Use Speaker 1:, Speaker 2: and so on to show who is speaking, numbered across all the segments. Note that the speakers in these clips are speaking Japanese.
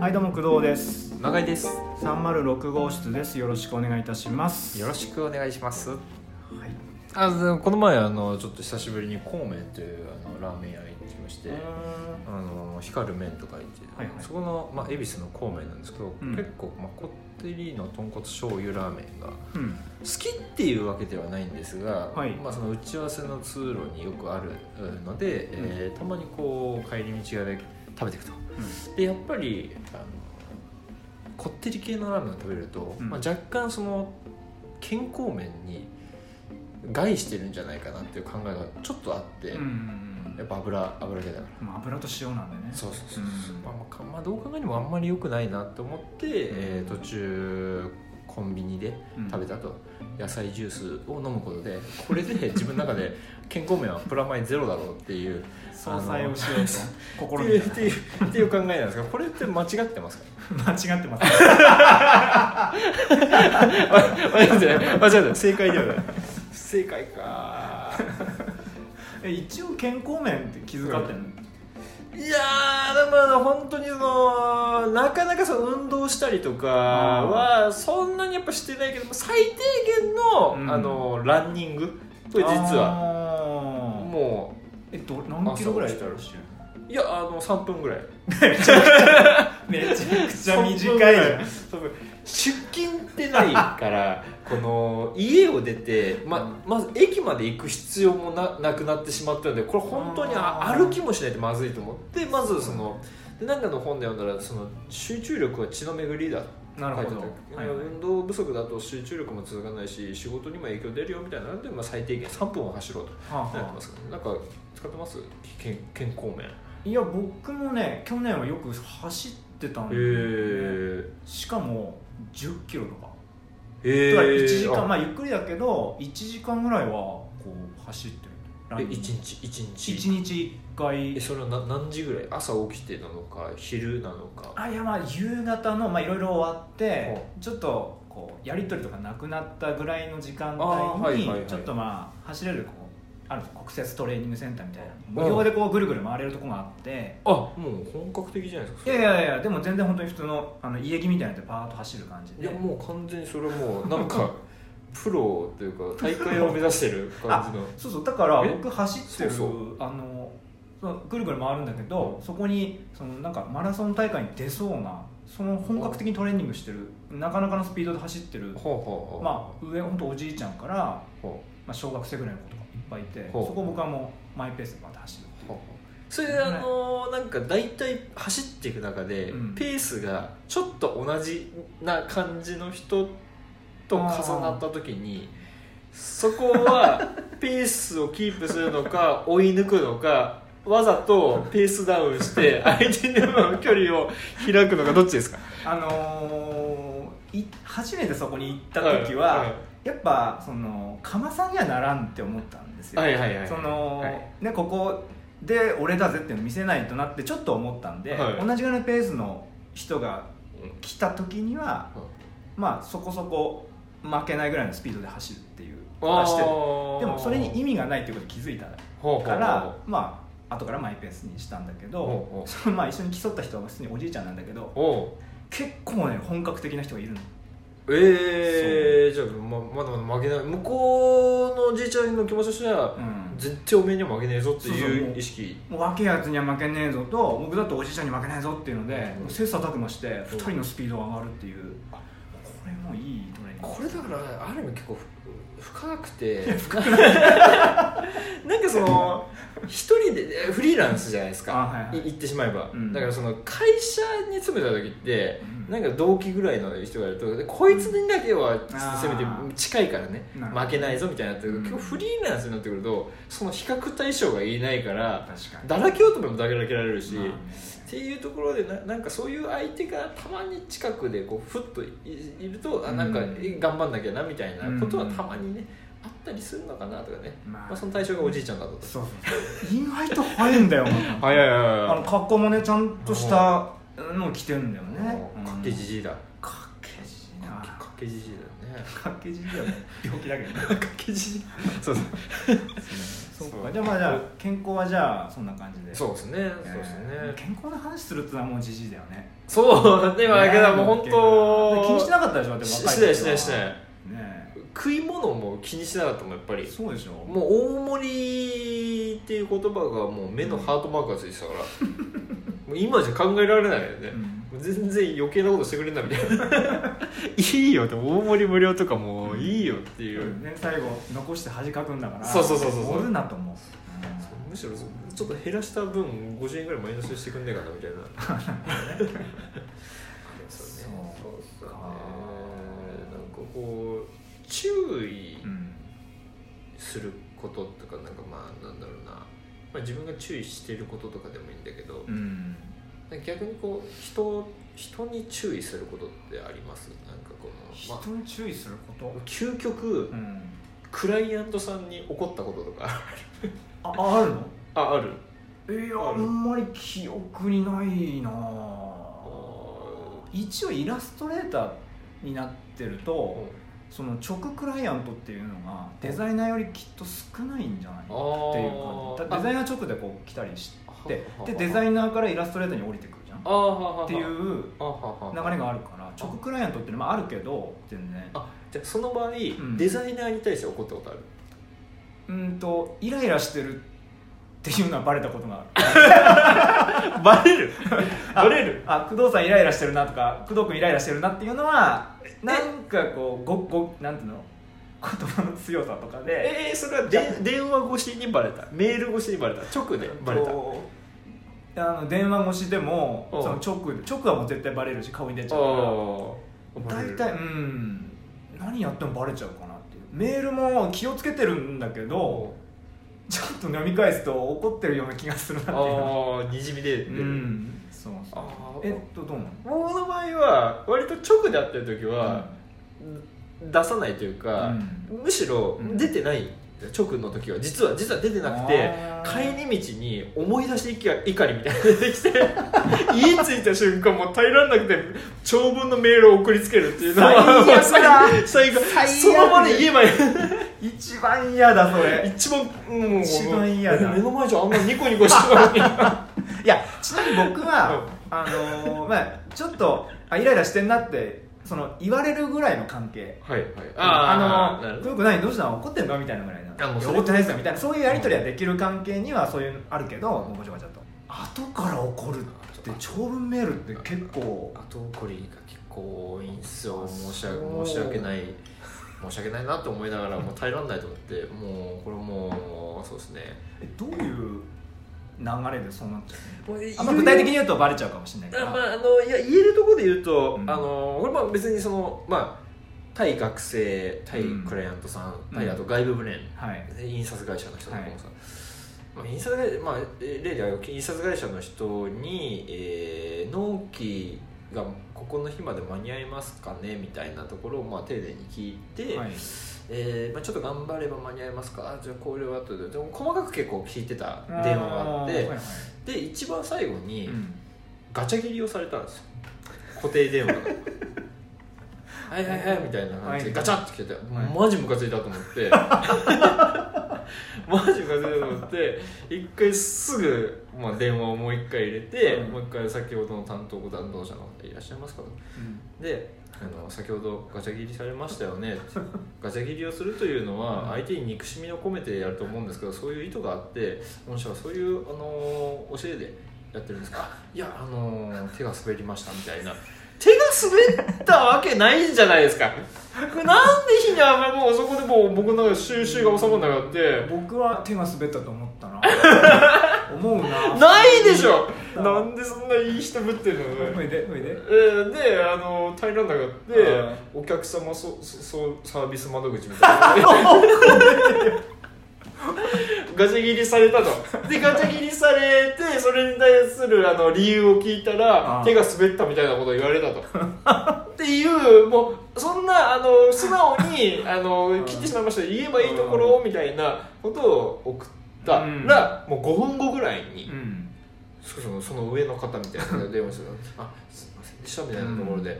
Speaker 1: はいどうも工藤です
Speaker 2: 長井です
Speaker 1: 306号室ですよろしくお願いいたします
Speaker 2: よろしくお願いします
Speaker 1: はい
Speaker 2: あでもこの前あのちょっと久しぶりに孔明というあのラーメン屋に行ってきましてあの光る麺と書いて、
Speaker 1: はいはい
Speaker 2: そこの、まあ、恵比寿の孔明なんですけど、
Speaker 1: うん
Speaker 2: 結構、まあ、こってりの豚骨醤油ラーメンが好
Speaker 1: うん
Speaker 2: きっていうわけではないんですが、
Speaker 1: はい
Speaker 2: まあ、その打ち合わせの通路によくあるうんので、えーたまにこう帰り道がね食べていくとでやっぱりあのこってり系のラーメンを食べると、
Speaker 1: うん
Speaker 2: まあ、若干その健康面に害してるんじゃないかなっていう考えがちょっとあって、
Speaker 1: うん、うん
Speaker 2: やっぱ油油系だから、
Speaker 1: まあ、油と塩なんでね
Speaker 2: そうそうそうそう、
Speaker 1: うん
Speaker 2: まあまあかまあどう考えてもあんまり良くないなと思って、えー途中コンビニで
Speaker 1: うん
Speaker 2: 食べたと野菜ジュースを飲むことでこれ で自分の中で健康面はプラマイゼロだろうっていう
Speaker 1: 総裁をしようと
Speaker 2: っ
Speaker 1: 心
Speaker 2: て
Speaker 1: み
Speaker 2: いう
Speaker 1: たい
Speaker 2: っていうっていう考えなんですがこれって間違ってますか
Speaker 1: な間違ってます
Speaker 2: 間違ってない 間違ってない正解では ない不正解か
Speaker 1: え一応健康面って気遣ってんの、
Speaker 2: いやーでも本当にそのなかなかその運動したりとかはそんなにやっぱしてないけど最低限の,、
Speaker 1: うん
Speaker 2: あのランニングこれ実は
Speaker 1: はもう
Speaker 2: も
Speaker 1: えっと何キロぐらい
Speaker 2: 朝起きたら
Speaker 1: 走る
Speaker 2: ういやあの3分ぐらい
Speaker 1: めちゃくちゃ短いじゃ ん
Speaker 2: 多分出勤ってないから この家を出てままず駅まで行く必要もななくなってしまったのでこれ本当にあ
Speaker 1: あー
Speaker 2: 歩きもしないとまずいと思ってまずそのでなんかの本で読んだらその集中力は血の巡りだ
Speaker 1: なるほど
Speaker 2: 書いてた
Speaker 1: はいはい
Speaker 2: 運動不足だと集中力も続かないし仕事にも影響出るよみたいなので、まあ、最低限3分を走ろうと
Speaker 1: はあ
Speaker 2: なって
Speaker 1: は
Speaker 2: ますけどなんか使ってます健健康面へ
Speaker 1: あいや僕もね去年はよく走ってたん
Speaker 2: え
Speaker 1: で、しかも1 0キロとか
Speaker 2: え
Speaker 1: だから1時間まあゆっくりだけど1時間ぐらいはこう走ってるラン
Speaker 2: え
Speaker 1: ニン
Speaker 2: 1
Speaker 1: グ
Speaker 2: 日1日
Speaker 1: 一日1回
Speaker 2: えそれはな何時ぐらい朝起きてなのか昼なのか
Speaker 1: あいやまあ夕方のまあいろいろ終わって
Speaker 2: ほ
Speaker 1: ちょっとこうやり取りとかなくなったぐらいの時間
Speaker 2: あーはい
Speaker 1: 帯
Speaker 2: はいは
Speaker 1: に
Speaker 2: い
Speaker 1: ちょっとまあ走れるこうあるんですよ国設トレーニングセンターみたいな
Speaker 2: うん
Speaker 1: 無料でこうぐるぐる回れるとこがあって
Speaker 2: あもう本格的じゃないです
Speaker 1: い
Speaker 2: か
Speaker 1: やいやいやでも全然本当に普通のあの家着みたいなのでパーッと走る感じ
Speaker 2: い
Speaker 1: で
Speaker 2: やもう完全にそれはも うなんかプロというか大会を目指してる感じの
Speaker 1: そうそうだから
Speaker 2: え
Speaker 1: 僕走ってる
Speaker 2: そう
Speaker 1: あのそのぐるぐる回るんだけどそこにそのなんかマラソン大会に出そうなその本格的にトレーニングしてるなかなかのスピードで走ってる、
Speaker 2: ほうほうほう
Speaker 1: まあ、上本当おじいちゃんから、ま
Speaker 2: ほ
Speaker 1: あ、小学生ぐらいの子とかいっぱいいてそ
Speaker 2: ほう
Speaker 1: こ僕はもうマイペースでまた走る
Speaker 2: うほうほうそれであのーなんか大体走っていく中で、
Speaker 1: うん
Speaker 2: ペースがちょっと同じな感じの人と重なった時にそこは ペースをキープするのか追い抜くのかわざとペースダウンして相手の距離を開くのかどっちですか
Speaker 1: あのーい初めてそこに行った時は、
Speaker 2: い
Speaker 1: やっぱその釜さんにはならんって思ったんですよ、
Speaker 2: はいはいはいはい
Speaker 1: その、
Speaker 2: はい
Speaker 1: ねここで俺だぜっていうの見せないとなってちょっと思ったんで、
Speaker 2: はい
Speaker 1: 同じぐらいのペースの人が来た時にはまあそこそこ負けないぐらいのスピードで走るっていう
Speaker 2: あ
Speaker 1: 走ってる
Speaker 2: ー
Speaker 1: でもそれに意味がないっていうことに気づいたか
Speaker 2: ほうほうほう
Speaker 1: らまあ後からマイペースにしたんだけど
Speaker 2: ほうほう
Speaker 1: そのまあ一緒に競った人は普通におじいちゃんなんだけど
Speaker 2: おう
Speaker 1: 結構ね本格的な人がいるの
Speaker 2: ええじゃあままだまだ負けない向こうのおじいちゃんの気持ちとしては
Speaker 1: うん
Speaker 2: 絶対おめえには負けねえぞって
Speaker 1: そうそうも
Speaker 2: いうう意識
Speaker 1: もう若いやつには負けねえぞと僕だっておじいちゃんに負けないぞっていうのでもう切磋琢磨して2人のスピードが上がるっていうこれもいいトレーニング
Speaker 2: これだからある意味結構ふ 深くてなんかその一人でえフリーランスじゃないですか、
Speaker 1: あはいはい
Speaker 2: い言ってしまえば、
Speaker 1: うん
Speaker 2: だからその会社に勤めた時って
Speaker 1: うん
Speaker 2: なんか同期ぐらいの人がいるとでこいつにだけは
Speaker 1: あー
Speaker 2: せめて近いからね
Speaker 1: なるほど
Speaker 2: 負けないぞみたいになってるけ
Speaker 1: うん
Speaker 2: ど、結構フリーランスになってくるとその比較対象がいないから
Speaker 1: 確かに
Speaker 2: だらけようと思ってもだらけられるし、
Speaker 1: まあね
Speaker 2: っていうところでななんかそういう相手がたまに近くでこうふっといいるとあなんか
Speaker 1: うん
Speaker 2: え頑張んなきゃなみたいなことは
Speaker 1: うん
Speaker 2: たまにねあったりするのかなとかね、
Speaker 1: ま
Speaker 2: ま
Speaker 1: あ
Speaker 2: あ、その対象がおじいちゃんだと
Speaker 1: そうそう意外と早いんだよ
Speaker 2: はいはい
Speaker 1: あの格好もねちゃんとしたのを着てるんだよね
Speaker 2: かけじじいだ
Speaker 1: かけじな
Speaker 2: かけじじいだよね
Speaker 1: かっけじじいは 病気だけどね
Speaker 2: かけじそうそう
Speaker 1: そう
Speaker 2: そ
Speaker 1: か
Speaker 2: う
Speaker 1: じゃあまあじゃあ健康はじゃあそんな感じで
Speaker 2: そうですね
Speaker 1: えー
Speaker 2: そうですね
Speaker 1: 健康の話するってのはもうじじいだよね
Speaker 2: そうでもだけどもう本
Speaker 1: ね
Speaker 2: 当
Speaker 1: 気にしなかったでしょでも
Speaker 2: し
Speaker 1: 若
Speaker 2: しないし
Speaker 1: 時は
Speaker 2: ないしない
Speaker 1: ね
Speaker 2: 食い物も気にしなかったもんやっぱ
Speaker 1: え
Speaker 2: り
Speaker 1: そうでしょも
Speaker 2: もう大盛りっていう言葉がもう目のハートマークがついてたから もう今じゃ考えられないよね、もう全然余計なことしてくれんなみたいないいよって大盛り無料とかもういいよっていう、
Speaker 1: ね、最後残して恥かくんだから
Speaker 2: そうそうそうそう
Speaker 1: 盛るなと思う、
Speaker 2: むしろちょっと減らした分50円ぐらいマイナスしてくんねえかなみ たいなそうね
Speaker 1: そう
Speaker 2: そう
Speaker 1: か
Speaker 2: ねなんかこう注意
Speaker 1: うんうん
Speaker 2: することとかなんかまあなんだろうな、まあ、自分が注意してることとかでもいいんだけど、
Speaker 1: うん
Speaker 2: なんか逆にこう人人に注意することってありますなんかこの、ま
Speaker 1: 人に注意すること、
Speaker 2: あ、究極
Speaker 1: うん、
Speaker 2: クライアントさんに怒ったこととか
Speaker 1: ああるの
Speaker 2: あある
Speaker 1: いや
Speaker 2: あ
Speaker 1: あ
Speaker 2: る
Speaker 1: んまり記憶にないなぁ一応イラストレーターになってると、その直クライアントっていうのがデザイナーよりきっと少ないんじゃないかっていう感じだデザイナー直でこう来たりしてでデザ
Speaker 2: ン
Speaker 1: イナーからイラストレーターに降りてくるじゃんっ
Speaker 2: あーははは
Speaker 1: ていう流
Speaker 2: あはは
Speaker 1: れがあるから直クライアントっていうのもあるけど全然
Speaker 2: あじゃあその場合、
Speaker 1: ん
Speaker 2: デザイナーに対して怒っ たことある
Speaker 1: うんとイライラしてるっていうのはバレたことがある
Speaker 2: バレる バレる
Speaker 1: あ工藤さんイライラしてるなとか工藤君イライラしてるなっていうのはなんかこうごごなんていうの言葉の強さとかで
Speaker 2: えー、それはで電話越しにバレたメール越しにバレた直でバレた
Speaker 1: こうあの電話越しでも
Speaker 2: うん
Speaker 1: その直直はもう絶対バレるし顔に出ちゃう
Speaker 2: あ
Speaker 1: から
Speaker 2: あ
Speaker 1: 大体うん何やってもバレちゃうかなっていうメールも気をつけてるんだけどちょっと飲み返すと怒ってるような気がするなっていう
Speaker 2: ああにじみ出て
Speaker 1: う
Speaker 2: る、
Speaker 1: んそうそう
Speaker 2: あ
Speaker 1: えっ
Speaker 2: え
Speaker 1: とどうなの
Speaker 2: 僕の場合は割と直で会ってる時は、出さないというか、
Speaker 1: う
Speaker 2: むしろ
Speaker 1: うん
Speaker 2: 出てない、直の時は実は実は出てなくて
Speaker 1: あー
Speaker 2: 帰り道に思い出し怒りみたいなのが出てき て家着いた瞬間もう耐えられなくて長文のメールを送りつけるっていうのは
Speaker 1: 最悪だ
Speaker 2: 最悪
Speaker 1: 最悪
Speaker 2: その場で言えばいい
Speaker 1: 一番嫌だそれ
Speaker 2: 一番もう
Speaker 1: 一番嫌だ
Speaker 2: 目の前じゃあんなニコニコしてたのに
Speaker 1: いやちなみに僕は、あのーまあちょっとあイライラしてんなってその言われるぐらいの関係
Speaker 2: はいはい
Speaker 1: あ
Speaker 2: あーなるほ
Speaker 1: の
Speaker 2: ど
Speaker 1: よくないどうしたの怒ってんのみたいなぐらいな
Speaker 2: あもうそれ
Speaker 1: 怒ってないですよみたいなそういうやり取りはできる関係にはそういうのあるけどもうごちゃごちゃと後から怒るって長文メールって結構
Speaker 2: 後送りが結構多いんですよ
Speaker 1: あ
Speaker 2: 申し
Speaker 1: そう
Speaker 2: 訳申し訳ない申し訳ないなと思いながらもう耐えられないと思ってもうこれもうそうですね
Speaker 1: えどういう流れでそうなっちゃうのあんま
Speaker 2: まあ
Speaker 1: 具体的に言うとバレちゃうかもしれないか
Speaker 2: あま
Speaker 1: ら
Speaker 2: ああのいや言えるところで言うと、
Speaker 1: うん
Speaker 2: あのこれまあ別にそのまあ対学生対クライアントさん、
Speaker 1: うん
Speaker 2: 対あと外部ブレーン、
Speaker 1: はい
Speaker 2: 印刷会社の人とかもさ、まあ、印刷会まあ、え例では印刷会社の人に、えー納期がここの日まで間に合いますかねみたいなところをまあ丁寧に聞いて、
Speaker 1: はい
Speaker 2: えーまあ、ちょっと頑張れば間に合いますかあじゃあこれはとでも細かく結構聞いてた電話があって
Speaker 1: はいはい
Speaker 2: で一番最後に
Speaker 1: うん
Speaker 2: ガチャ切りをされたんですよ固定電 話がはいはいはいみたいな感じ
Speaker 1: は
Speaker 2: で
Speaker 1: い
Speaker 2: ガチャって来てて、
Speaker 1: はい
Speaker 2: マジムカついたと思って マジムカついたと思って一回すぐ、まあ、電話をもう一回入れて、
Speaker 1: うん
Speaker 2: もう一回先ほどの担当ご担当者の方いらっしゃいますかと
Speaker 1: うん
Speaker 2: であの先ほどガチャ切りされましたよね ってガチャ切りをするというのは相手に憎しみを込めてやると思うんですけどそういう意図があって御社はそういう、あのー教えでやってるんですかいや、あのー手が滑りましたみたいな手が滑ったわけないんじゃないですかこれなんで火にあもうそこでもう僕の収集が収まんなくな って
Speaker 1: 僕は手が滑ったと思った な思うな
Speaker 2: ないでしょなんでそんないい人ぶってるの
Speaker 1: ほいでほいで
Speaker 2: えーであの平らながって
Speaker 1: うん
Speaker 2: お客様そそそうサービス窓口み たいなガチャ切りされたのでガチャ切りされてそれに対するあの理由を聞いたら
Speaker 1: うん
Speaker 2: 手が滑ったみたいなことを言われたと っていうもうそんなあの素直にあの
Speaker 1: ん
Speaker 2: 切ってしまいました言えばいいところをみたいなことを送ったら、もう5分後ぐらいに、
Speaker 1: うん
Speaker 2: そのその上の方みたいなのが電話してたあすいませんでしたみたいなところで、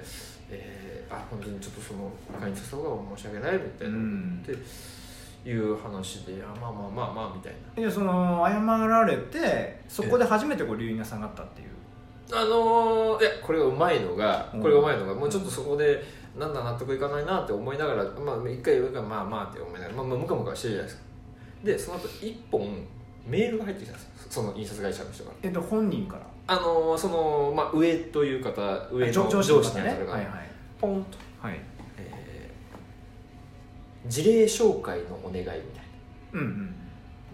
Speaker 2: えあ本当にちょっとその会員させた方が申し訳ないみたいな、
Speaker 1: ん
Speaker 2: っていう話であまあまあまあまあみたい
Speaker 1: いやその謝られてそこで初めてこう留飲が下がったっていう
Speaker 2: なあのーいやこれがうまいのが
Speaker 1: うん
Speaker 2: これがうまいのが、もうちょっとそこでなんだ納得いかないなって思いながらまあ一回上からまあまあって思いながらまあまあムカムカしてるじゃないですかでその後一本メールが入ってきたんですよそその印刷会社の人から
Speaker 1: えっと本人から
Speaker 2: あのーその、まあ、上という方上の
Speaker 1: 上
Speaker 2: 上
Speaker 1: 上
Speaker 2: 司
Speaker 1: 司
Speaker 2: の
Speaker 1: の
Speaker 2: 方
Speaker 1: 方ね
Speaker 2: が、
Speaker 1: はいはい
Speaker 2: ポンと、
Speaker 1: はい
Speaker 2: えー事例紹介のお願いみたいな
Speaker 1: うんうん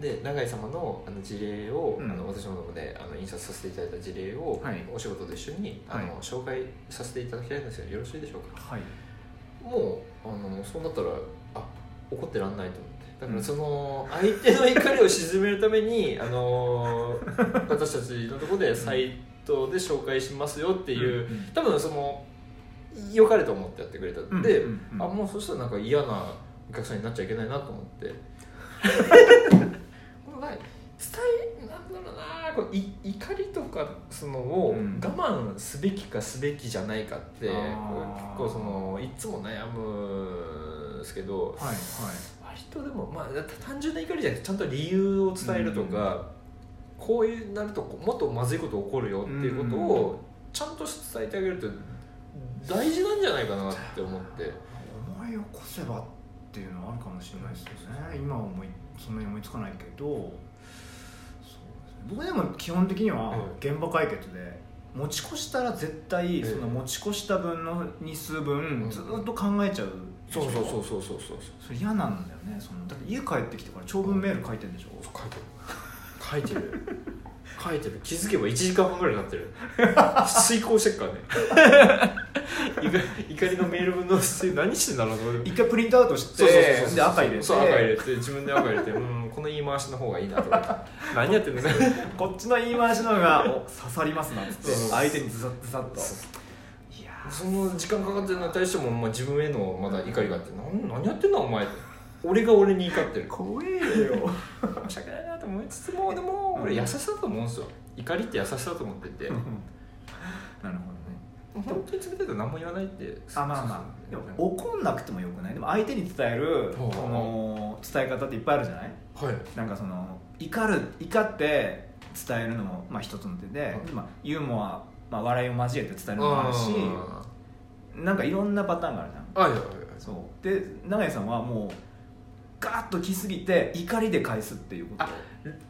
Speaker 2: で永井様のあの事例を、
Speaker 1: うん
Speaker 2: あの私どもであの印刷させていただいた事例を、
Speaker 1: はい
Speaker 2: お仕事と一緒にあ
Speaker 1: はい
Speaker 2: の、紹介させていただきたいんですよよろしいでしょうか
Speaker 1: はい
Speaker 2: もうあのそうなったらあ怒ってらんないと思ってだからその、相手の怒りを鎮めるために あの私たちのところでサイトで紹介しますよっていう、
Speaker 1: うん
Speaker 2: 多分その良かれと思ってやってくれた、
Speaker 1: うん
Speaker 2: で、
Speaker 1: うんうん
Speaker 2: あもうそしたらなんか嫌なお客さんになっちゃいけないなと思って このなんか伝えなんだろうなこうい怒りとかそのを
Speaker 1: うん
Speaker 2: 我慢すべきかすべきじゃないかって、
Speaker 1: あ
Speaker 2: こ
Speaker 1: ー
Speaker 2: う結構そのいつも悩むんですけど
Speaker 1: はいはい
Speaker 2: 割とでも、まあ、単純な怒りじゃなくてちゃんと理由を伝えるとか、こういうなるとこうもっとまずいこと起こるよっていうことをちゃんと伝えてあげると大事なんじゃないかなって思って。
Speaker 1: 思い起こせばっていうのはあるかもしれないですよね今は思いそんなに思いつかないけどそうですね僕でも基本的には現場解決で持ち越したら絶
Speaker 2: ええ
Speaker 1: 対その持ち越した分の日数
Speaker 2: う
Speaker 1: 分
Speaker 2: ん
Speaker 1: ずっと考えちゃうでしょ
Speaker 2: そうそうそうそうそうそうそ
Speaker 1: それ嫌なんだよねそのだって家帰ってきてから長文メール書いてんでしょ
Speaker 2: う書いてる書いてる書いてる気づけば1時間半ぐらいになって る遂行してっからね 怒怒りのメール分の遂行何してんだろうと思って
Speaker 1: 一回プリントアウトしてで赤入れて
Speaker 2: そう赤入れて自分で赤入れ てうんこの言い回しの方がいいなとか何やってんの
Speaker 1: こっちの言い回しの方がお刺さりますなっつって
Speaker 2: そう
Speaker 1: 相手にズザッズザッと
Speaker 2: そ
Speaker 1: いや
Speaker 2: その時間かかってるのに対しても、まあ、自分へのまだ怒りがあって何何やってんだお前俺が俺に怒ってる
Speaker 1: ー怖 えよ
Speaker 2: 申し訳ないなと思いつつもでも俺優しさだと思うんですよ怒りって優しさだと思ってて
Speaker 1: なるほどね
Speaker 2: 本当に冷たいと何も言わないって
Speaker 1: あまあまあで
Speaker 2: そう
Speaker 1: も怒んなくてもよくないでも相手に伝える
Speaker 2: ほう
Speaker 1: その伝え方っていっぱいあるじゃない
Speaker 2: そうはい
Speaker 1: なんかその怒る怒って伝えるのもまあ一つの手で
Speaker 2: うん、
Speaker 1: まあ、ユーモア、まあ、笑いを交えて伝えるのもあるし
Speaker 2: あ
Speaker 1: なんかいろんなパターンがあるじゃん
Speaker 2: あはいはいはい
Speaker 1: そうで永井さんはもうガーッと来すぎて怒りで返すっていうことを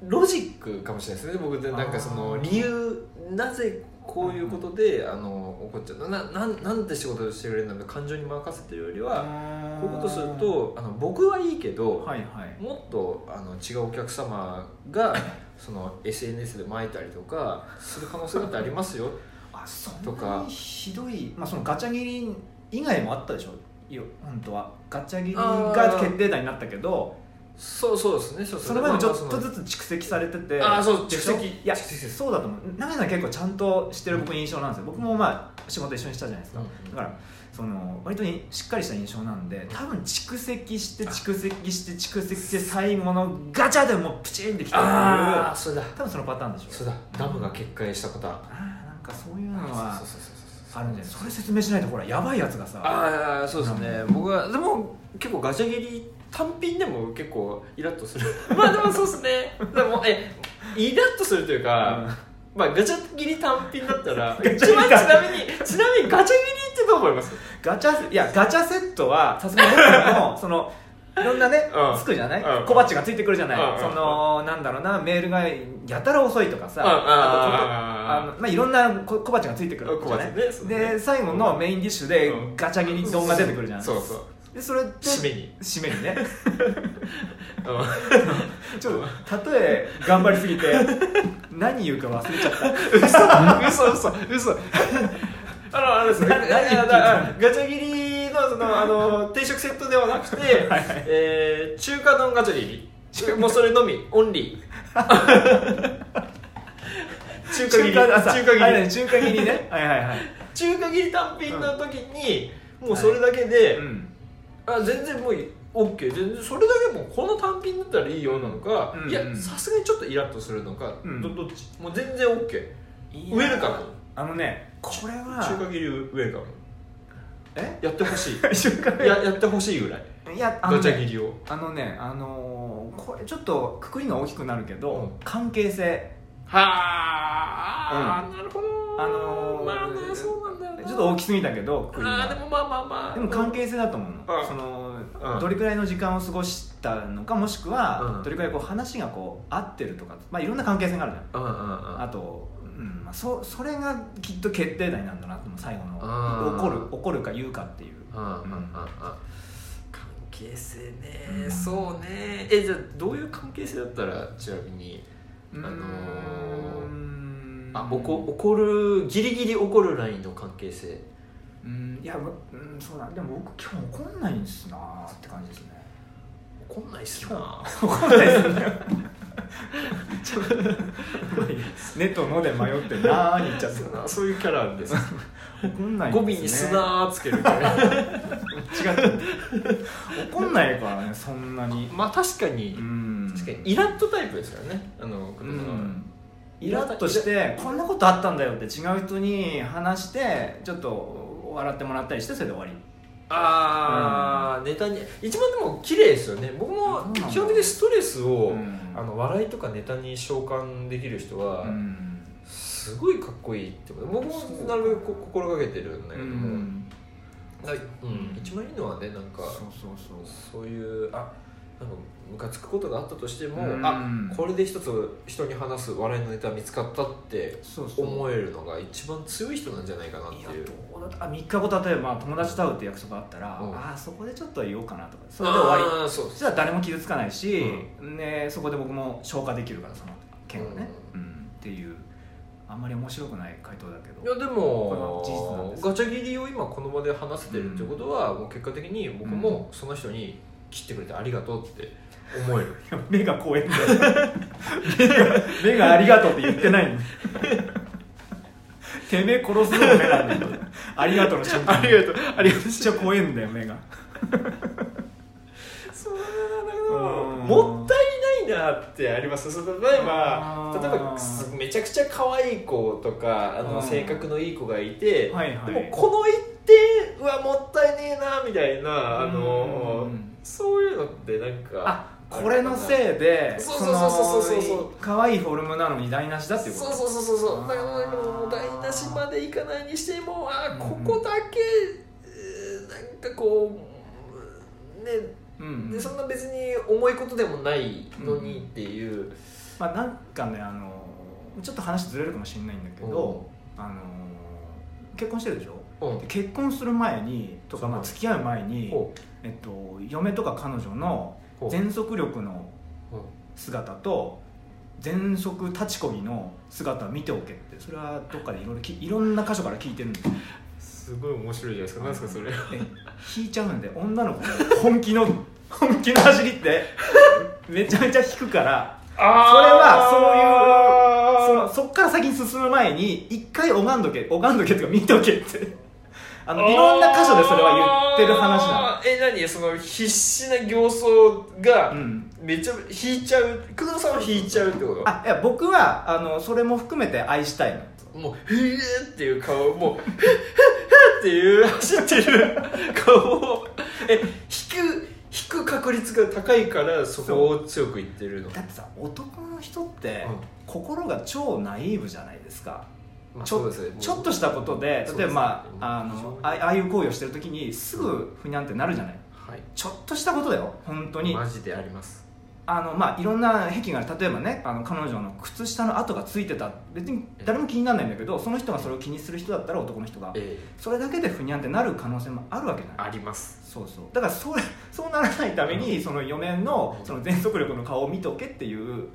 Speaker 2: ロジックかもしれないですね僕でなんかその
Speaker 1: あー
Speaker 2: 理由なぜこういうことであの怒っちゃうななんなんて仕事をしてくれるんだろう感情に任せてるよりはこういうことするとあの僕はいいけど、
Speaker 1: はいはい
Speaker 2: もっとあの違うお客様 がその SNS で撒いたりとかする可能性だってありますよ
Speaker 1: あそ
Speaker 2: と
Speaker 1: んな
Speaker 2: か
Speaker 1: にひどい、まあ、そのガチャ切り以外もあったでしょよ本当はガチャ切り
Speaker 2: あー
Speaker 1: が決定打になってたけど
Speaker 2: そうそうですねそうそう
Speaker 1: その前もちょっ
Speaker 2: まあ
Speaker 1: と
Speaker 2: まあ
Speaker 1: ずつ蓄積されてて
Speaker 2: あーそう
Speaker 1: でしょ
Speaker 2: 蓄積
Speaker 1: いや
Speaker 2: 蓄積です
Speaker 1: そうだと思う永井さん結構ちゃんとしてる僕印象なんですよ僕もまあ仕事一緒にしたじゃないです
Speaker 2: そ
Speaker 1: か、
Speaker 2: の
Speaker 1: だからその割とにしっかりした印象なんで多分蓄積して蓄積して蓄積して最後のガチャでもうプチンってきたって
Speaker 2: ああ
Speaker 1: い
Speaker 2: それだ
Speaker 1: う多分そのパターンでしょ
Speaker 2: そうだダムが決壊したパターン
Speaker 1: あーなんかそういうのは
Speaker 2: そうそうそうそ
Speaker 1: あ
Speaker 2: う
Speaker 1: るんじゃないそれ説明しないとほらやばいやつがさ
Speaker 2: ああそうですね僕はでも結構ガチャ切り単品でも結構イラッとする まあでもそうですねでもえイラッとするというか、まあ、ガチャ切り単品だった ら
Speaker 1: ガ
Speaker 2: 一
Speaker 1: チャ切り
Speaker 2: 番ちなみにちなみにガチャ切りってどう思います
Speaker 1: ガチャいやガチャセットはさすがに僕 もそのいろんなね、
Speaker 2: うん
Speaker 1: つくじゃない、
Speaker 2: うん
Speaker 1: 小鉢がついてくるじゃない、
Speaker 2: うん
Speaker 1: そのなんだろうなメールがやたら遅いとかさ、
Speaker 2: うんうん
Speaker 1: あと
Speaker 2: う
Speaker 1: ことあ
Speaker 2: ん
Speaker 1: のまあいろんなこ小鉢がついてくるじゃない、
Speaker 2: 小鉢ねそうね
Speaker 1: で最後のメインディッシュで
Speaker 2: うん
Speaker 1: ガチャ切り丼が出てくるじゃない、
Speaker 2: そうそう
Speaker 1: でそれって
Speaker 2: 締め に
Speaker 1: 締めにね
Speaker 2: う
Speaker 1: ちょっと例え頑張りすぎ て何言うか忘れちゃった
Speaker 2: ん嘘嘘嘘あのあれですね
Speaker 1: な何
Speaker 2: いやだあガチャ切りのそのあの定食セットではなくて、えー中華丼ガチャ切りもうそれのみオンリー中華切り
Speaker 1: あさ
Speaker 2: 中華
Speaker 1: あ
Speaker 2: 切
Speaker 1: れ
Speaker 2: り
Speaker 1: ね中華切り ねはいはいはい、
Speaker 2: 中華切り単品の時に、もうそれだけで、
Speaker 1: うん
Speaker 2: あ全然もう OK 全然それだけもうこの単品だったらいいよなのか、
Speaker 1: うん
Speaker 2: いや
Speaker 1: うん
Speaker 2: さすがにちょっとイラッとするのか、
Speaker 1: うん
Speaker 2: どどっちもう全然 OK ウ
Speaker 1: いや
Speaker 2: ェルカム
Speaker 1: あのねこれは
Speaker 2: 中華切りウェルカム
Speaker 1: え
Speaker 2: やってほしい
Speaker 1: 一緒か
Speaker 2: ややってほしいぐらい
Speaker 1: いやあの
Speaker 2: ガチャ
Speaker 1: ね
Speaker 2: 切りを
Speaker 1: あのねあのーこれちょっとくくりが大きくなるけど、
Speaker 2: うん
Speaker 1: 関係性
Speaker 2: はあ、なるほど
Speaker 1: あのー
Speaker 2: まあねそうなんだよな
Speaker 1: ちょっと大きすぎたけどくくり
Speaker 2: あーで
Speaker 1: が
Speaker 2: もまあまあまあ
Speaker 1: でも関係性だと思うの,、
Speaker 2: うん
Speaker 1: その
Speaker 2: うん
Speaker 1: どれくらいの時間を過ごしたのかもしくは、
Speaker 2: うん
Speaker 1: どれくらいこう話がこう合ってるとか、まあ、いろんな関係性があるじゃん
Speaker 2: うんうんうん
Speaker 1: あと、うんまあ、そそれがきっと決定打になるんだなと思う最後
Speaker 2: あ
Speaker 1: の
Speaker 2: ー
Speaker 1: 怒る怒るか言うかっていう
Speaker 2: うんうんうんうん
Speaker 1: うん
Speaker 2: 関係性
Speaker 1: う
Speaker 2: ね
Speaker 1: ん
Speaker 2: そうねえじゃあどういう関係性だったらちなみに
Speaker 1: あ
Speaker 2: のーあ
Speaker 1: あ
Speaker 2: おこ怒るギリギリ怒るラインの関係性
Speaker 1: うんいや、うん、そうだでも僕今日怒んないんですなーって感じですね
Speaker 2: 怒んないっ すな
Speaker 1: 怒んないですね ネットので迷ってなーに言っちゃっ
Speaker 2: そう
Speaker 1: た
Speaker 2: なそういうキャラです
Speaker 1: 怒んないん
Speaker 2: 語尾に「
Speaker 1: ですね
Speaker 2: な」つけるキャラ
Speaker 1: 違う怒んないからねそんなに
Speaker 2: まあ確かに
Speaker 1: うん
Speaker 2: 確かにイラッとタイプですよねあの
Speaker 1: う
Speaker 2: 工藤さんは
Speaker 1: んイラッとしてこんなことあったんだよって違う人に話してちょっと笑ってもらったりしてそれで終わり
Speaker 2: あー、ネタに一番でも綺麗ですよね僕
Speaker 1: そうな
Speaker 2: も
Speaker 1: んだ
Speaker 2: 基本的にストレスを、
Speaker 1: うん
Speaker 2: あの笑いとかネタに召喚できる人は、
Speaker 1: うん
Speaker 2: すごいかっこいいってこと僕も
Speaker 1: そう
Speaker 2: なるべくこ心がけてるんだ
Speaker 1: う
Speaker 2: けども、
Speaker 1: ん
Speaker 2: だうん一番いいのはねなんか
Speaker 1: そうそうそう
Speaker 2: そういうあなんかムカつくことがあったとしても、
Speaker 1: うん
Speaker 2: あこれで一つ人に話す笑いのネタ見つかったって
Speaker 1: そうそう
Speaker 2: 思えるのが一番強い人なんじゃないかなって
Speaker 1: い
Speaker 2: い
Speaker 1: や
Speaker 2: う
Speaker 1: どうだったあ3日後例えば友達と会うって約束があったら、
Speaker 2: うん
Speaker 1: ああそこでちょっと言おうかなとかそれで終わり
Speaker 2: あーそう
Speaker 1: そしたら誰も傷つかないし、ね、そこで僕も消化できるからその件をね、うんっていうあんまり面白くない回答だけ
Speaker 2: い
Speaker 1: ど
Speaker 2: やで
Speaker 1: これは事実なん
Speaker 2: も
Speaker 1: です
Speaker 2: ガチャ切りを今この場で話せてるってことは、もう結果的に僕もその人に切ってくれてありがとうって思える
Speaker 1: 目が怖えんだよ 目が目がありがとうって言ってないのてめえ殺すぞ目なんだよありがとうの瞬間
Speaker 2: がとうありがと
Speaker 1: めっちゃ怖えんだよ目が
Speaker 2: そうなんだけど
Speaker 1: うん
Speaker 2: もったいないなってありますその例えば
Speaker 1: あー
Speaker 2: 例えばすめちゃくちゃ可愛い子とかあ
Speaker 1: うん
Speaker 2: の性格のいい子がいて、
Speaker 1: はいはい
Speaker 2: でもこの一点はもったいねえなみたいなあの、
Speaker 1: うん
Speaker 2: そういうのってなんか
Speaker 1: あこれのせいで
Speaker 2: そうそうそうそうそうそう
Speaker 1: の可愛いフォルムなのに台無しだっていうこと
Speaker 2: そうそうそうそうそう
Speaker 1: あー
Speaker 2: だからなんかもう台無しまでいかないにしてもあーここだけ、えーなんかこうね
Speaker 1: うんうん
Speaker 2: でそんな別に重いことでもないのにっていう、
Speaker 1: まあ、なんかねあのちょっと話ずれるかもしれないんだけど、あの結婚してるでしょ
Speaker 2: うん
Speaker 1: で結婚する前にとか、まあ、
Speaker 2: そう
Speaker 1: 付き合う前に、
Speaker 2: ほ
Speaker 1: えっと、嫁とか彼女の
Speaker 2: うほう
Speaker 1: 全速力の
Speaker 2: ほう
Speaker 1: 姿と全速立ちこぎの姿を見ておけってそれはどっかでいろいろきいろんな箇所から聞いてるんですよ
Speaker 2: すごい面白いじゃないですか何ですかそれ
Speaker 1: え引いちゃうんで女の子が本気の本気の走りってめちゃめちゃ引くからそのそっから先に進む前に一回拝んどけ拝んどけとか見とけって あのいろんな箇所でそれは言ってる話な
Speaker 2: のえ何その必死な形相が、
Speaker 1: の、うん、
Speaker 2: めちゃ引いちゃう工藤さんは引いちゃうってこと
Speaker 1: あいや僕はあのそれも含めて愛したいの
Speaker 2: もう「へえ」っていう顔もう「へっへっへっ」っていう走ってる顔をえ引く引く確率が高いからそこを強く言ってるの
Speaker 1: だってさ男の人って
Speaker 2: うん
Speaker 1: 心が超ナイーブじゃないですか、
Speaker 2: まあ
Speaker 1: ちょ
Speaker 2: そうですね
Speaker 1: ちょっとしたことで
Speaker 2: そう
Speaker 1: 例
Speaker 2: で
Speaker 1: え
Speaker 2: すね
Speaker 1: ば、まあ、あ
Speaker 2: うん
Speaker 1: のあああいう行為をしてる時にすぐふにゃんってなるじゃない
Speaker 2: はい
Speaker 1: ちょっとしたことだよ本当に
Speaker 2: マジであります
Speaker 1: あのまあいろんな癖がある例えばねあの彼女の靴下の跡がついてた別に誰も気にならないんだけどその人がそれを気にする人だったら男の人が
Speaker 2: え
Speaker 1: それだけでふにゃんってなる可能性もあるわけじゃ
Speaker 2: え
Speaker 1: ない
Speaker 2: あります
Speaker 1: そうそうだからそれそうならないためにその嫁のその全速力の顔を見とけっていう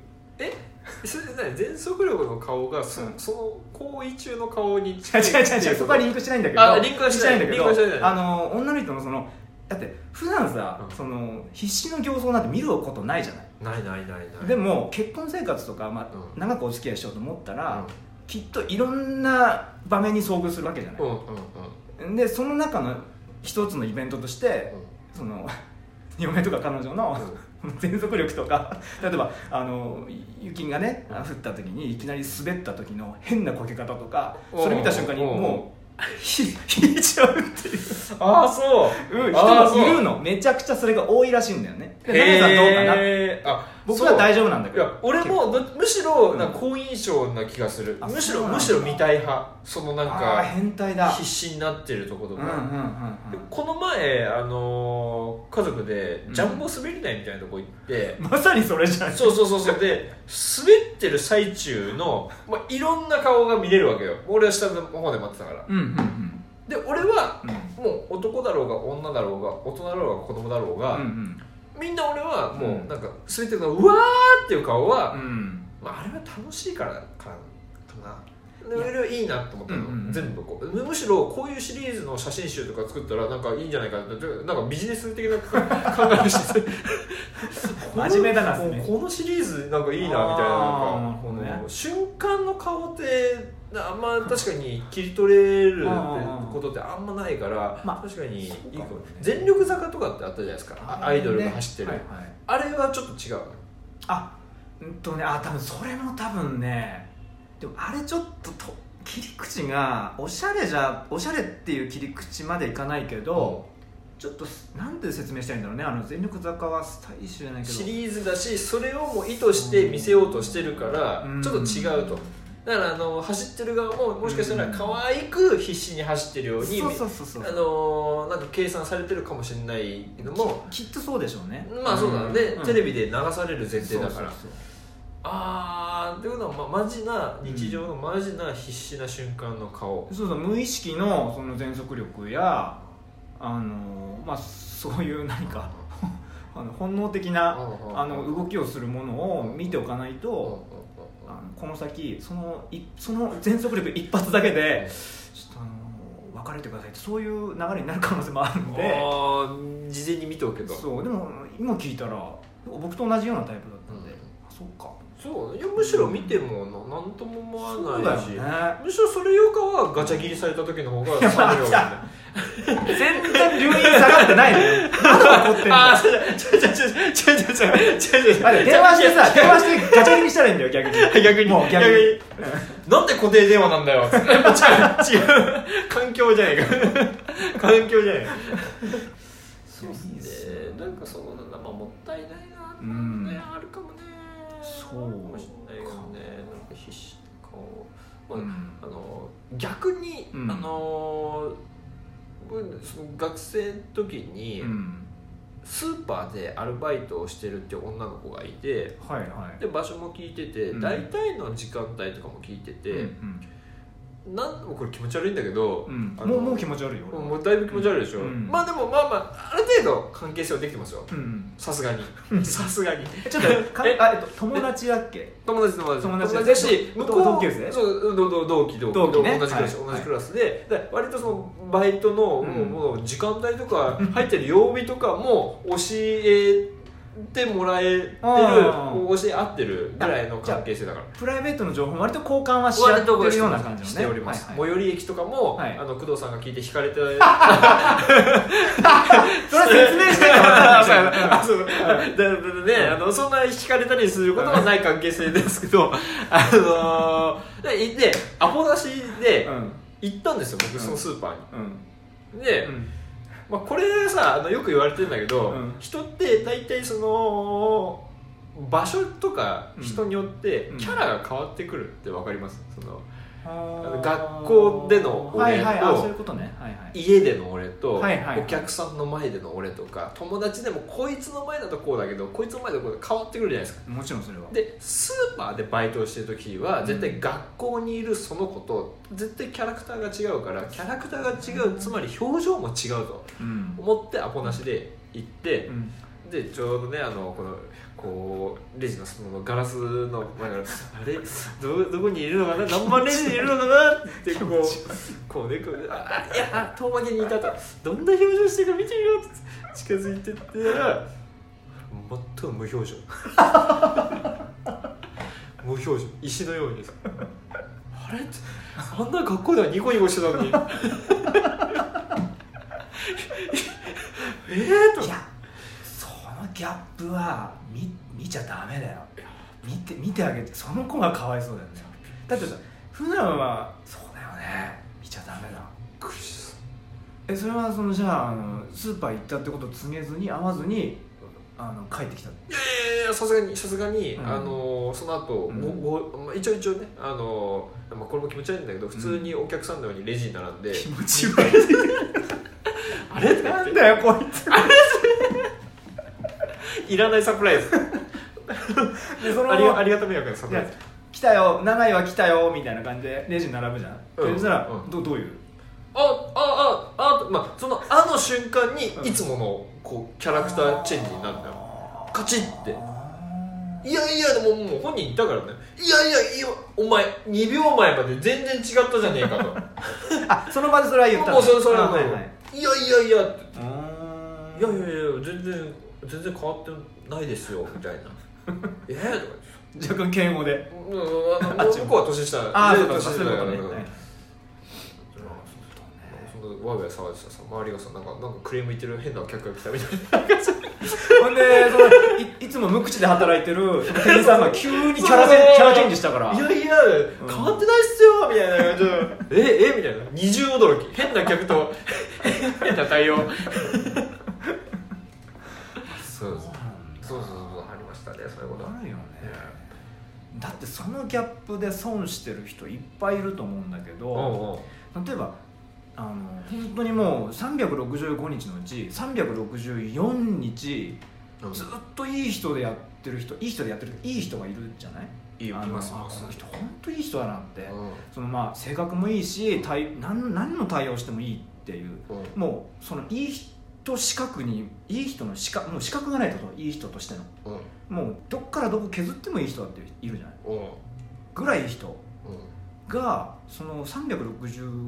Speaker 2: それで何全速力の顔がそ,、
Speaker 1: うん
Speaker 2: その行為中の顔に違
Speaker 1: 違
Speaker 2: う
Speaker 1: う違う違うそこはリンクしないんだけど
Speaker 2: あリンクはしない
Speaker 1: んだけ
Speaker 2: リンク
Speaker 1: ど
Speaker 2: はしない
Speaker 1: あの女の人のそのだって普段さ、
Speaker 2: うん
Speaker 1: その必死の形相なんて見ることないじゃない、
Speaker 2: ないないないない
Speaker 1: でも結婚生活とか、まあ
Speaker 2: うん
Speaker 1: 長くお付き合いしようと思った
Speaker 2: う
Speaker 1: ら、
Speaker 2: ん
Speaker 1: きっといろんな場面に遭遇するわけじゃな
Speaker 2: う
Speaker 1: い、
Speaker 2: んうんうん
Speaker 1: でその中の一つのイベントとしてその 嫁とか彼女の 全速力とか例えばあの雪がね
Speaker 2: うん
Speaker 1: 降った時にいきなり滑った時の変なこけ方とか
Speaker 2: うん
Speaker 1: それ見た瞬間に
Speaker 2: うん
Speaker 1: もう引いちゃうっていう
Speaker 2: ああ そう
Speaker 1: うん人
Speaker 2: あー
Speaker 1: もいるのめちゃくちゃそれが多いらしいんだよねでナベさんどうかなって
Speaker 2: へえあ
Speaker 1: 僕は大
Speaker 2: 丈
Speaker 1: 丈夫なんだけ
Speaker 2: い
Speaker 1: ど
Speaker 2: や俺
Speaker 1: 結構
Speaker 2: もむむしろなんか
Speaker 1: うん
Speaker 2: 好印象な気がする、
Speaker 1: あ
Speaker 2: むし
Speaker 1: そう
Speaker 2: ろ
Speaker 1: なんだ
Speaker 2: むしろ見たい派そのなん
Speaker 1: あー
Speaker 2: か
Speaker 1: 変態だ
Speaker 2: 必死になってるとこ
Speaker 1: う
Speaker 2: と
Speaker 1: んうんうん
Speaker 2: か、
Speaker 1: うん
Speaker 2: この前、あのー家族でジャンボ滑り台みたいなとこ行って、
Speaker 1: まさにそれじゃん
Speaker 2: そうそうそうそうで滑ってる最中の、まあ、いろんな顔が見れるわけよ俺は下の方で待ってたから
Speaker 1: うんうんうん
Speaker 2: で俺は
Speaker 1: うん
Speaker 2: もう男だろうが女だろうが大人だろうが子供だろうが、
Speaker 1: うん
Speaker 2: みんな俺はも
Speaker 1: うん
Speaker 2: うなんか滑ってるのうわーっていう顔は、
Speaker 1: うん
Speaker 2: まあ、あれは楽しいからかなかない
Speaker 1: や
Speaker 2: 俺はいいなと思った
Speaker 1: う
Speaker 2: の、
Speaker 1: んうんうん
Speaker 2: 全部こうむむしろこういうシリーズの写真集とか作ったらなんかいいんじゃないかなってなんかビジネス的な考考えをして
Speaker 1: 真面目だな
Speaker 2: この
Speaker 1: すね
Speaker 2: このシリーズなんかいいなみたいな
Speaker 1: あーな
Speaker 2: な
Speaker 1: る
Speaker 2: んか
Speaker 1: ほどね
Speaker 2: この瞬間の顔ってあんま確かに切り取れることってあんまないから、
Speaker 1: まあ
Speaker 2: 確かにいい
Speaker 1: そう
Speaker 2: か
Speaker 1: か
Speaker 2: も
Speaker 1: もね
Speaker 2: 全力坂とかってあったじゃないですかあアイドルが走ってる、
Speaker 1: はいはい
Speaker 2: あれはちょっと違う
Speaker 1: あうんとねあ多分それも多分ねでもあれちょっとと切り口がおしゃれじゃおしゃれっていう切り口までいかないけど、ちょっとすなんて説明したらいいんだろうねあの全力坂はスタイリッシュじゃないけど
Speaker 2: シリーズだしそれをもう意図して見せようとしてるから
Speaker 1: うん
Speaker 2: ちょっと違うとだからあの走ってる側ももしかしたら可愛く必死に走ってるように
Speaker 1: そうそうそうそう
Speaker 2: あのーなんか計算されてるかもしれないけども
Speaker 1: きっとそうでしょうね
Speaker 2: まあそうだね
Speaker 1: うん
Speaker 2: テレビで流される前提だから
Speaker 1: そうそう
Speaker 2: ああってことは、ま、マジな日常のマジな必死な瞬間の顔
Speaker 1: そうそう無意識のその全速力やあのまあそういう何かあの本能的なあの動きをするものを見ておかないとあのこの先そのいその全速力一発だけでちょっとあの別れてくださいってそういう流れになる可能性もあるの
Speaker 2: で
Speaker 1: で
Speaker 2: 事前に見ておけと
Speaker 1: そうでも今聞いたら僕と同じようなタイプだったんで、
Speaker 2: うん
Speaker 1: あそうか
Speaker 2: そういやむしろ見てもななんとも思わないし
Speaker 1: そうだよね
Speaker 2: むしろそれよりかはガチャ切りされた時の方が冷めるわけだね
Speaker 1: 全然留飲下がってないのよまだ怒ってんだ
Speaker 2: ああ違う違う違う違う違う違う違う違う
Speaker 1: あれ電話してさ電話してガチャ切りしたらいいんだよ逆に
Speaker 2: 逆に
Speaker 1: もう逆に
Speaker 2: なんで固定電話なんだよやっぱ違う違う環境じゃないか環境じゃない
Speaker 1: そう
Speaker 2: なんかそのなんかまあもったいないなって
Speaker 1: う
Speaker 2: ね、
Speaker 1: ん
Speaker 2: あるかもね
Speaker 1: そう
Speaker 2: あるかもしれないけどねなんか必死こう、まああの逆に、
Speaker 1: うん
Speaker 2: あの僕その学生の時に、
Speaker 1: うん
Speaker 2: スーパーでアルバイトをしてるっていう女の子がいて
Speaker 1: はいはい
Speaker 2: で場所も聞いてて、
Speaker 1: うん
Speaker 2: 大体の時間帯とかも聞いて
Speaker 1: う
Speaker 2: て、
Speaker 1: ん
Speaker 2: なんもこれ気持ち悪いんだけど、
Speaker 1: うん
Speaker 2: あ
Speaker 1: も
Speaker 2: の
Speaker 1: うもう気持ち悪いよ俺は
Speaker 2: もうだいぶ気持ち悪いでしょ、
Speaker 1: うん
Speaker 2: まあでもまあまあある程度関係性はできてますよ
Speaker 1: うん
Speaker 2: さすがにさすがに
Speaker 1: えちょっとか
Speaker 2: え
Speaker 1: あえっと友達だっけ
Speaker 2: 友達友達
Speaker 1: 友達
Speaker 2: だし
Speaker 1: 同
Speaker 2: 向こう
Speaker 1: 同級生
Speaker 2: そう同同同期同期
Speaker 1: 同期ね
Speaker 2: 同じクラス、
Speaker 1: はい
Speaker 2: 同じクラスでで割とそのバイトのもう,、
Speaker 1: うん
Speaker 2: もう時間帯とか入ってる曜日とかも教えてもらえてる
Speaker 1: あー
Speaker 2: もう教え合ってるぐらいの関係性だから。
Speaker 1: プライベートの情報割と交換はし合
Speaker 2: 割
Speaker 1: っ
Speaker 2: とこ
Speaker 1: てるような感じのね
Speaker 2: しております、
Speaker 1: はいはい
Speaker 2: 最寄り駅とかも、
Speaker 1: はい
Speaker 2: あの工藤さんが聞いて引かれて
Speaker 1: それは説明してから
Speaker 2: あそう
Speaker 1: 分かんない
Speaker 2: あ そうだだだねあのそんな惹かれたりすることはない関係性ですけどあのーででアポなし
Speaker 1: じ
Speaker 2: で
Speaker 1: ゃんうん
Speaker 2: 行ったんですよ
Speaker 1: う
Speaker 2: 僕
Speaker 1: ん
Speaker 2: そのスーパーに。
Speaker 1: うん
Speaker 2: で、まあ、これさあのよく言われてるんだけど、
Speaker 1: うん
Speaker 2: 人って大体その場所とか
Speaker 1: うん
Speaker 2: 人によって
Speaker 1: うん
Speaker 2: キャラが変わってくるってわかりますその
Speaker 1: あー
Speaker 2: 学校での
Speaker 1: は
Speaker 2: 俺
Speaker 1: い
Speaker 2: と
Speaker 1: はいあそういうことねはいはい
Speaker 2: 家での俺と、
Speaker 1: はいはいはい
Speaker 2: お客さんの前での俺とか友達でもこいつの前だとこうだけどこいつの前だとこうだ変わってくるじゃないですか
Speaker 1: もちろんそれは
Speaker 2: でスーパーでバイトをしてる時は絶対学校にいるその子と絶対キャラクターが違うからキャラクターが違うつまり表情も違うと
Speaker 1: うん
Speaker 2: 思ってアポなしで行って
Speaker 1: うん
Speaker 2: でちょうどねあのこのこうレジのそのガラスの前からあれどどこにいるのかな何番レジにいるのかなってこうこうねこうあいやあ遠巻きにいたとどんな表情してるか見てみようって近づいてったら全く無表情無表情石のようにですあれあんな学校ではニコニコしてたのに えーと
Speaker 1: いやそのギャップは見見ちゃダメだよ見て見てあげてその子がかわいそうだよねだってさ普段はそうだよね見ちゃダメだ
Speaker 2: くりし
Speaker 1: えそれはそのじゃああのスーパー行ったってことを告げずに会わずにあの帰ってきた
Speaker 2: たいやいやいやさすがにさすがに、
Speaker 1: うん
Speaker 2: あのその後、
Speaker 1: うん
Speaker 2: ごごまあ、一応一応ねあの、まあ、これも気持ち悪いんだけど普通にお客さんのようにレジに並んで、
Speaker 1: 気持ち悪 い
Speaker 2: あれな
Speaker 1: なんだよこいつ
Speaker 2: いらないサプライズ
Speaker 1: でその
Speaker 2: ありがありがた迷惑なサプライズ
Speaker 1: 来たよ長いは来たよみたいな感じでレジに並ぶじゃん、
Speaker 2: うん
Speaker 1: そしたら、
Speaker 2: うん
Speaker 1: どどういう
Speaker 2: ああああとまあその「あ」の瞬間に
Speaker 1: うん
Speaker 2: いつものこうキャラクターチェンジになるんだよカチッて
Speaker 1: あ
Speaker 2: いやいやでももう本人言ったからねいやいやいやお前2秒前まで全然違ったじゃねえかと
Speaker 1: ーあその場でそれは 言ったの
Speaker 2: もうそれそれ
Speaker 1: あ
Speaker 2: はもう、
Speaker 1: はいいはい
Speaker 2: やいやいやって
Speaker 1: うーん
Speaker 2: いやいやいや全然全然変わってないですよみたいなえー、とか
Speaker 1: 若干敬語で
Speaker 2: 言ってうんあ
Speaker 1: あ
Speaker 2: のも
Speaker 1: っ
Speaker 2: う
Speaker 1: ちも
Speaker 2: 向こうは年下
Speaker 1: ああそう
Speaker 2: 全然
Speaker 1: か
Speaker 2: 年
Speaker 1: そう
Speaker 2: 下
Speaker 1: いう
Speaker 2: だ
Speaker 1: こ
Speaker 2: から
Speaker 1: と
Speaker 2: だ
Speaker 1: ね
Speaker 2: から
Speaker 1: はい
Speaker 2: そのわいわい騒いでたさ周りがさなんかなんかクレーム言ってる変な客が来たみたいな
Speaker 1: ほんでそのいいつも無口で働いてるその店員さんが急にキャラチェンキャラチェンジしたから
Speaker 2: いやいや、
Speaker 1: うん
Speaker 2: 変わってないっすよみたいな 感じでええみたいな二重驚き変な客と変な対応そうですそうそうそうそうありましたねそういうこと
Speaker 1: あるよねだってそのギャップで損してる人いっぱいいると思うんだけど、
Speaker 2: おう
Speaker 1: 例えばあの本当にもう365日のうち364日
Speaker 2: おう
Speaker 1: ずっといい人でやってる人いい人でやってるいい人がいるじゃない
Speaker 2: いいよ
Speaker 1: あの
Speaker 2: いますい
Speaker 1: あ
Speaker 2: ます
Speaker 1: この人本当いい人だなって、
Speaker 2: うん
Speaker 1: そのまあ性格もいいし対何何の対応してもいいっていうもうそのいい人資格にいい人の資格もう資格がないってこといい人としての
Speaker 2: うんうん
Speaker 1: もうどっからどこ削ってもいい人だっているじゃない
Speaker 2: うん
Speaker 1: ぐらいいい人
Speaker 2: うん
Speaker 1: がその364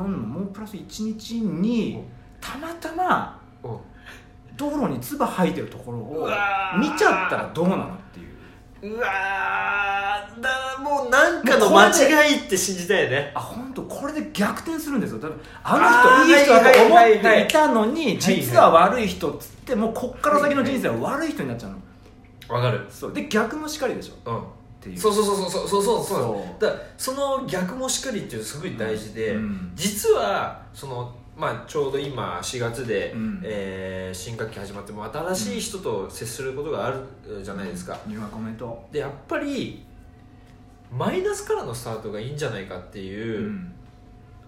Speaker 1: のもうプラス1日に
Speaker 2: うん
Speaker 1: たまたま
Speaker 2: うん
Speaker 1: 道路に唾吐いてるところ
Speaker 2: う
Speaker 1: を
Speaker 2: わー
Speaker 1: 見ちゃったらどうなのっていう
Speaker 2: うわーだもうなんかの間違いって信じたいね
Speaker 1: あ本当これで逆転するんですよだって
Speaker 2: あ
Speaker 1: あの
Speaker 2: ー
Speaker 1: 人いい人だと思
Speaker 2: はいはい
Speaker 1: っ
Speaker 2: は
Speaker 1: て
Speaker 2: いはい
Speaker 1: いたのに実は悪い人っつってもうこっから先の人生は悪い人になっちゃうの
Speaker 2: わかる
Speaker 1: そうで逆もしかりでしょっ
Speaker 2: う
Speaker 1: てい
Speaker 2: ん
Speaker 1: う
Speaker 2: そうそうそうそうそうそうそう
Speaker 1: そう
Speaker 2: だからその逆もしかりっていうのすごい大事で、
Speaker 1: うん
Speaker 2: 実はその、まあ、ちょうど今4月で、
Speaker 1: うん
Speaker 2: えー新学期始まっても新しい人と接することがあるじゃないですか、
Speaker 1: 入学おめでと
Speaker 2: でやっぱりマイナスからのスタートがいいんじゃないかって
Speaker 1: う、
Speaker 2: いう、
Speaker 1: うん、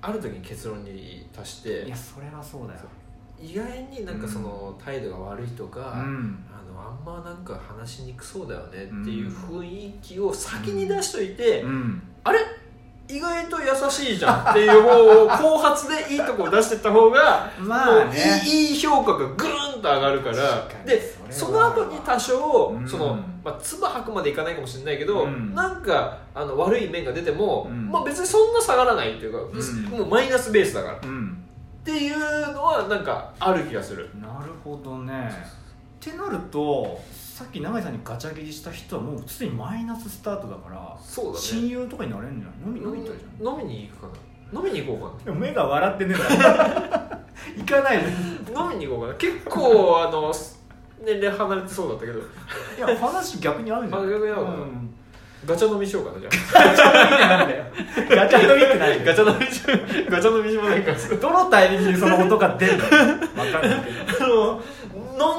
Speaker 2: ある時に結論に達し
Speaker 1: い
Speaker 2: て
Speaker 1: やそれはそうだよ
Speaker 2: 意外になんかその態度が悪いとか、
Speaker 1: うん
Speaker 2: あのあんまなんか話しにくそうだよねっていう雰囲気を先に出しといて、
Speaker 1: うん
Speaker 2: あれ意外と優しいじゃんっていう方を後発でいいとこを出してった方が
Speaker 1: まあ
Speaker 2: もう
Speaker 1: ね
Speaker 2: いいいい評価がぐーんと上がるから
Speaker 1: 確かに
Speaker 2: で
Speaker 1: そ
Speaker 2: そ
Speaker 1: れ
Speaker 2: の
Speaker 1: は
Speaker 2: 後に多少、
Speaker 1: うん
Speaker 2: そのまあ唾吐くまでいかないかもしれないけど、
Speaker 1: うん
Speaker 2: なんかあの悪い面が出ても、
Speaker 1: うん
Speaker 2: まあ、別にそんな下がらないっていうか、
Speaker 1: ん
Speaker 2: もうマイナスベースだからっ
Speaker 1: うん
Speaker 2: ていうのはなんかある気がする
Speaker 1: なるほどねってなるとさっき永井さんにガチャ切りした人はもうすでにマイナススタートだから
Speaker 2: そうだ
Speaker 1: 親
Speaker 2: ね
Speaker 1: 友とかになれるんじゃない飲み飲み行ったらいいじ
Speaker 2: 飲みに行くかな飲みに行こう
Speaker 1: ゃんでも目が笑ってねえだ ろ行かないで
Speaker 2: か な飲みに行こうかな結構あの年齢離れてそうだったけど
Speaker 1: いや話逆に合うんじゃない
Speaker 2: あ逆に合うの
Speaker 1: ん
Speaker 2: ガチャ飲みしようかなじゃあ
Speaker 1: なんだよガチャ飲みってない
Speaker 2: ガチャ飲みしガチャ飲みしませんか
Speaker 1: どのタイミングにその音が出るの分かんないけど
Speaker 2: あの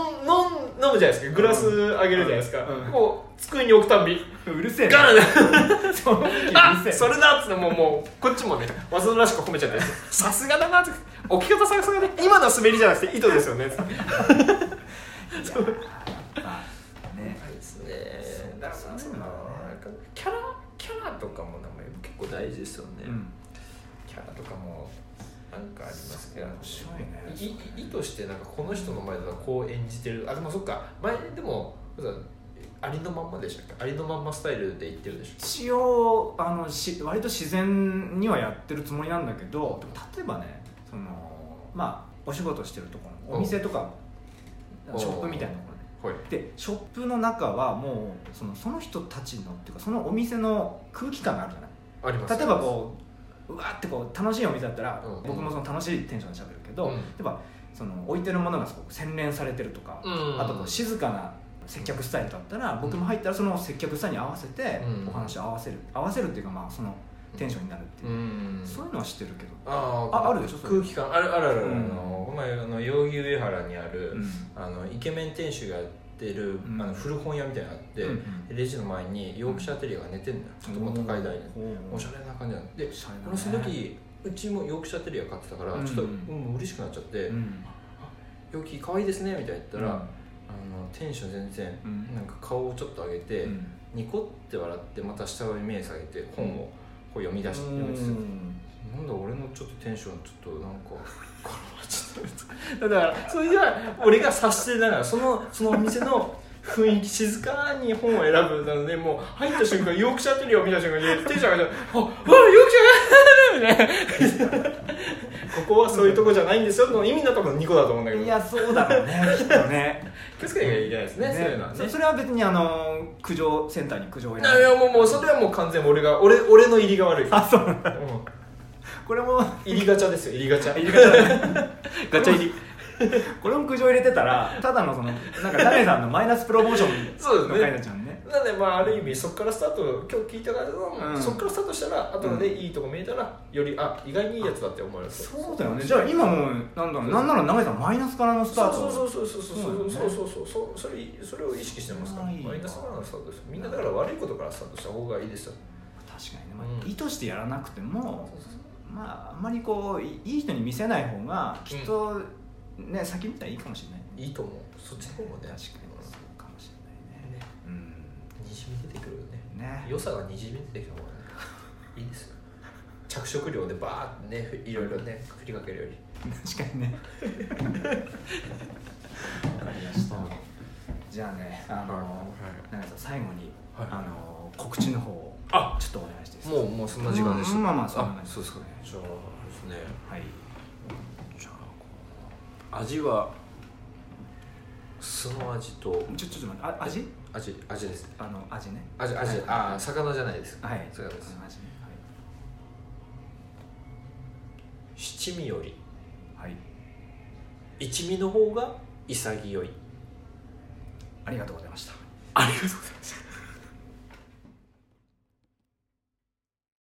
Speaker 2: 飲ん飲ん飲むじゃないですかグラスあげるじゃないですか、
Speaker 1: うん
Speaker 2: もう机に置くたんび
Speaker 1: うるせえな
Speaker 2: ガン
Speaker 1: その時うる
Speaker 2: あ
Speaker 1: せえ
Speaker 2: それだっつってもうもうこっちもねわざとらしく褒め ちゃってさすがだなって置き方さすがで今の滑りじゃなくて糸ですよねって
Speaker 1: あね
Speaker 2: ですね
Speaker 1: だからそのなんか
Speaker 2: キャラキャラとかも結構大事ですよね
Speaker 1: うん
Speaker 2: キャラとかもなんかありますけど
Speaker 1: 面白いね
Speaker 2: いい意図してなんかこの人の前ではこう演じてるあでもそっか前でもありのまんまでしたっけありのまんまスタイルで言ってるでし
Speaker 1: 一応あのし割と自然にはやってるつもりなんだけどでも例えばねそのまあお仕事してるところ
Speaker 2: うん
Speaker 1: お店とか
Speaker 2: うん
Speaker 1: ショップみたいなところで
Speaker 2: ょはい
Speaker 1: でショップの中はもうそのその人たちのっていうかそのお店の空気感があるじゃない
Speaker 2: あります
Speaker 1: 例えばこううわーってこう楽しいお店だったら、
Speaker 2: うん
Speaker 1: 僕もその楽しいテンションで喋るけど、
Speaker 2: うん
Speaker 1: 例えばその置いてるものがすごく洗練されてるとか、
Speaker 2: うん
Speaker 1: あとこう静かな接客スタイルだったら、僕も入ったらその接客スタイルに合わせて
Speaker 2: うん
Speaker 1: お話を合わせる、合わせるっていうかまあそのテンションになるっていうう、
Speaker 2: ん
Speaker 1: そういうのは知ってるけど、
Speaker 2: あー
Speaker 1: ああるでしょそれ
Speaker 2: 空気感あるあるある、
Speaker 1: うん
Speaker 2: あのこの前あの代々木上原にある、
Speaker 1: うん
Speaker 2: あのイケメン店主がやってる、
Speaker 1: ん
Speaker 2: あの古本屋みたいなのがあって、
Speaker 1: うん
Speaker 2: レジの前にヨークシャーテリアが寝てんのよちょっとこの高い台に
Speaker 1: ほう
Speaker 2: おしゃれな感じなので
Speaker 1: おしゃれだね
Speaker 2: 俺その時うちもヨークシャーテリア買ってたから、
Speaker 1: うん
Speaker 2: ちょっと、うん、嬉しくなっちゃって
Speaker 1: う
Speaker 2: 「
Speaker 1: ん
Speaker 2: 陽気可愛いですね」みたいな言ったら、
Speaker 1: うん
Speaker 2: あのテンション全然、
Speaker 1: うん
Speaker 2: なんか顔をちょっと上げて、
Speaker 1: うん
Speaker 2: ニコって笑ってまた下側に目下げて本をこう読み出して、読み出してなんだ俺のちょっとテンションちょっとなんかこれはちょっとだからそれは俺が察してながらそのそのお店の雰囲気静かに本を選ぶなのでもう入った瞬間ヨークシャーテリアを見た瞬間にテンション上がって「ああヨークシャーテリア!」みたいなここはそういうとこじゃないんですよの意味のところの2個だと思うんだけど
Speaker 1: いやそうだろうねきっとね
Speaker 2: 気をつけなきゃいけないですねそういうのはね
Speaker 1: そそれは別にあの苦情センターに苦情を
Speaker 2: い
Speaker 1: や
Speaker 2: やいやもうもうそれはもう完全に俺が俺俺の入りが悪い
Speaker 1: あそう
Speaker 2: うん
Speaker 1: これも
Speaker 2: 入りガチャですよ入りガチャ
Speaker 1: 入り方だね
Speaker 2: ガチャ入り
Speaker 1: これも苦情入れてたらただのそのなんかダメさんのマイナスプロモーション
Speaker 2: そう
Speaker 1: の
Speaker 2: で
Speaker 1: 回
Speaker 2: すね
Speaker 1: になっちゃうね
Speaker 2: なのでまあある意味そこからスタート今日聞いたから、
Speaker 1: ん
Speaker 2: そこからスタートしたら後でいいとこ見えたらよりあ意外にいいやつだって思われる
Speaker 1: そうだよねじゃあ今もうなんだろうなんならダメさんマイナスからのスタート
Speaker 2: そうそうそうそうそうそう
Speaker 1: そうだよね
Speaker 2: そうそうそうそれそれを意識してますから
Speaker 1: はい
Speaker 2: マイナスからのスタートですみんなだから悪いことからスタートした方がいいですよ
Speaker 1: 確かにね、ま
Speaker 2: う
Speaker 1: あ、
Speaker 2: ん
Speaker 1: 意図してやらなくても、まああんまりこういいい人に見せない方がきっと、ね先見たらいいかもしれない
Speaker 2: いいと思うそっちの方もね
Speaker 1: 確かにそうかもしれないね
Speaker 2: ね
Speaker 1: うん
Speaker 2: にじみ出てくるよね
Speaker 1: ね
Speaker 2: 良さがにじみ出てきた方がねいいですよ着色料でバーってねいろいろね振りかけるより
Speaker 1: 確かにねわかりましたじゃあねあの、
Speaker 2: はい
Speaker 1: なんかさ最後に、
Speaker 2: はい
Speaker 1: あの告知の方を
Speaker 2: あ
Speaker 1: ちょっとお願いしていいですか
Speaker 2: もうもうそんな時間です
Speaker 1: うんまあまあそんな
Speaker 2: あ
Speaker 1: 感じ
Speaker 2: そうですかねじゃあですね
Speaker 1: はい
Speaker 2: じゃあこう味は酢の味と
Speaker 1: ちょちょっと待ってあ味
Speaker 2: 味味です
Speaker 1: あの味ね
Speaker 2: 味味、
Speaker 1: はい
Speaker 2: ああ魚じゃないです
Speaker 1: はい
Speaker 2: そうです
Speaker 1: 味ね
Speaker 2: 七味より
Speaker 1: はい、はい、
Speaker 2: 一味の方が潔い
Speaker 1: ありがとうございました
Speaker 2: ありがとうございました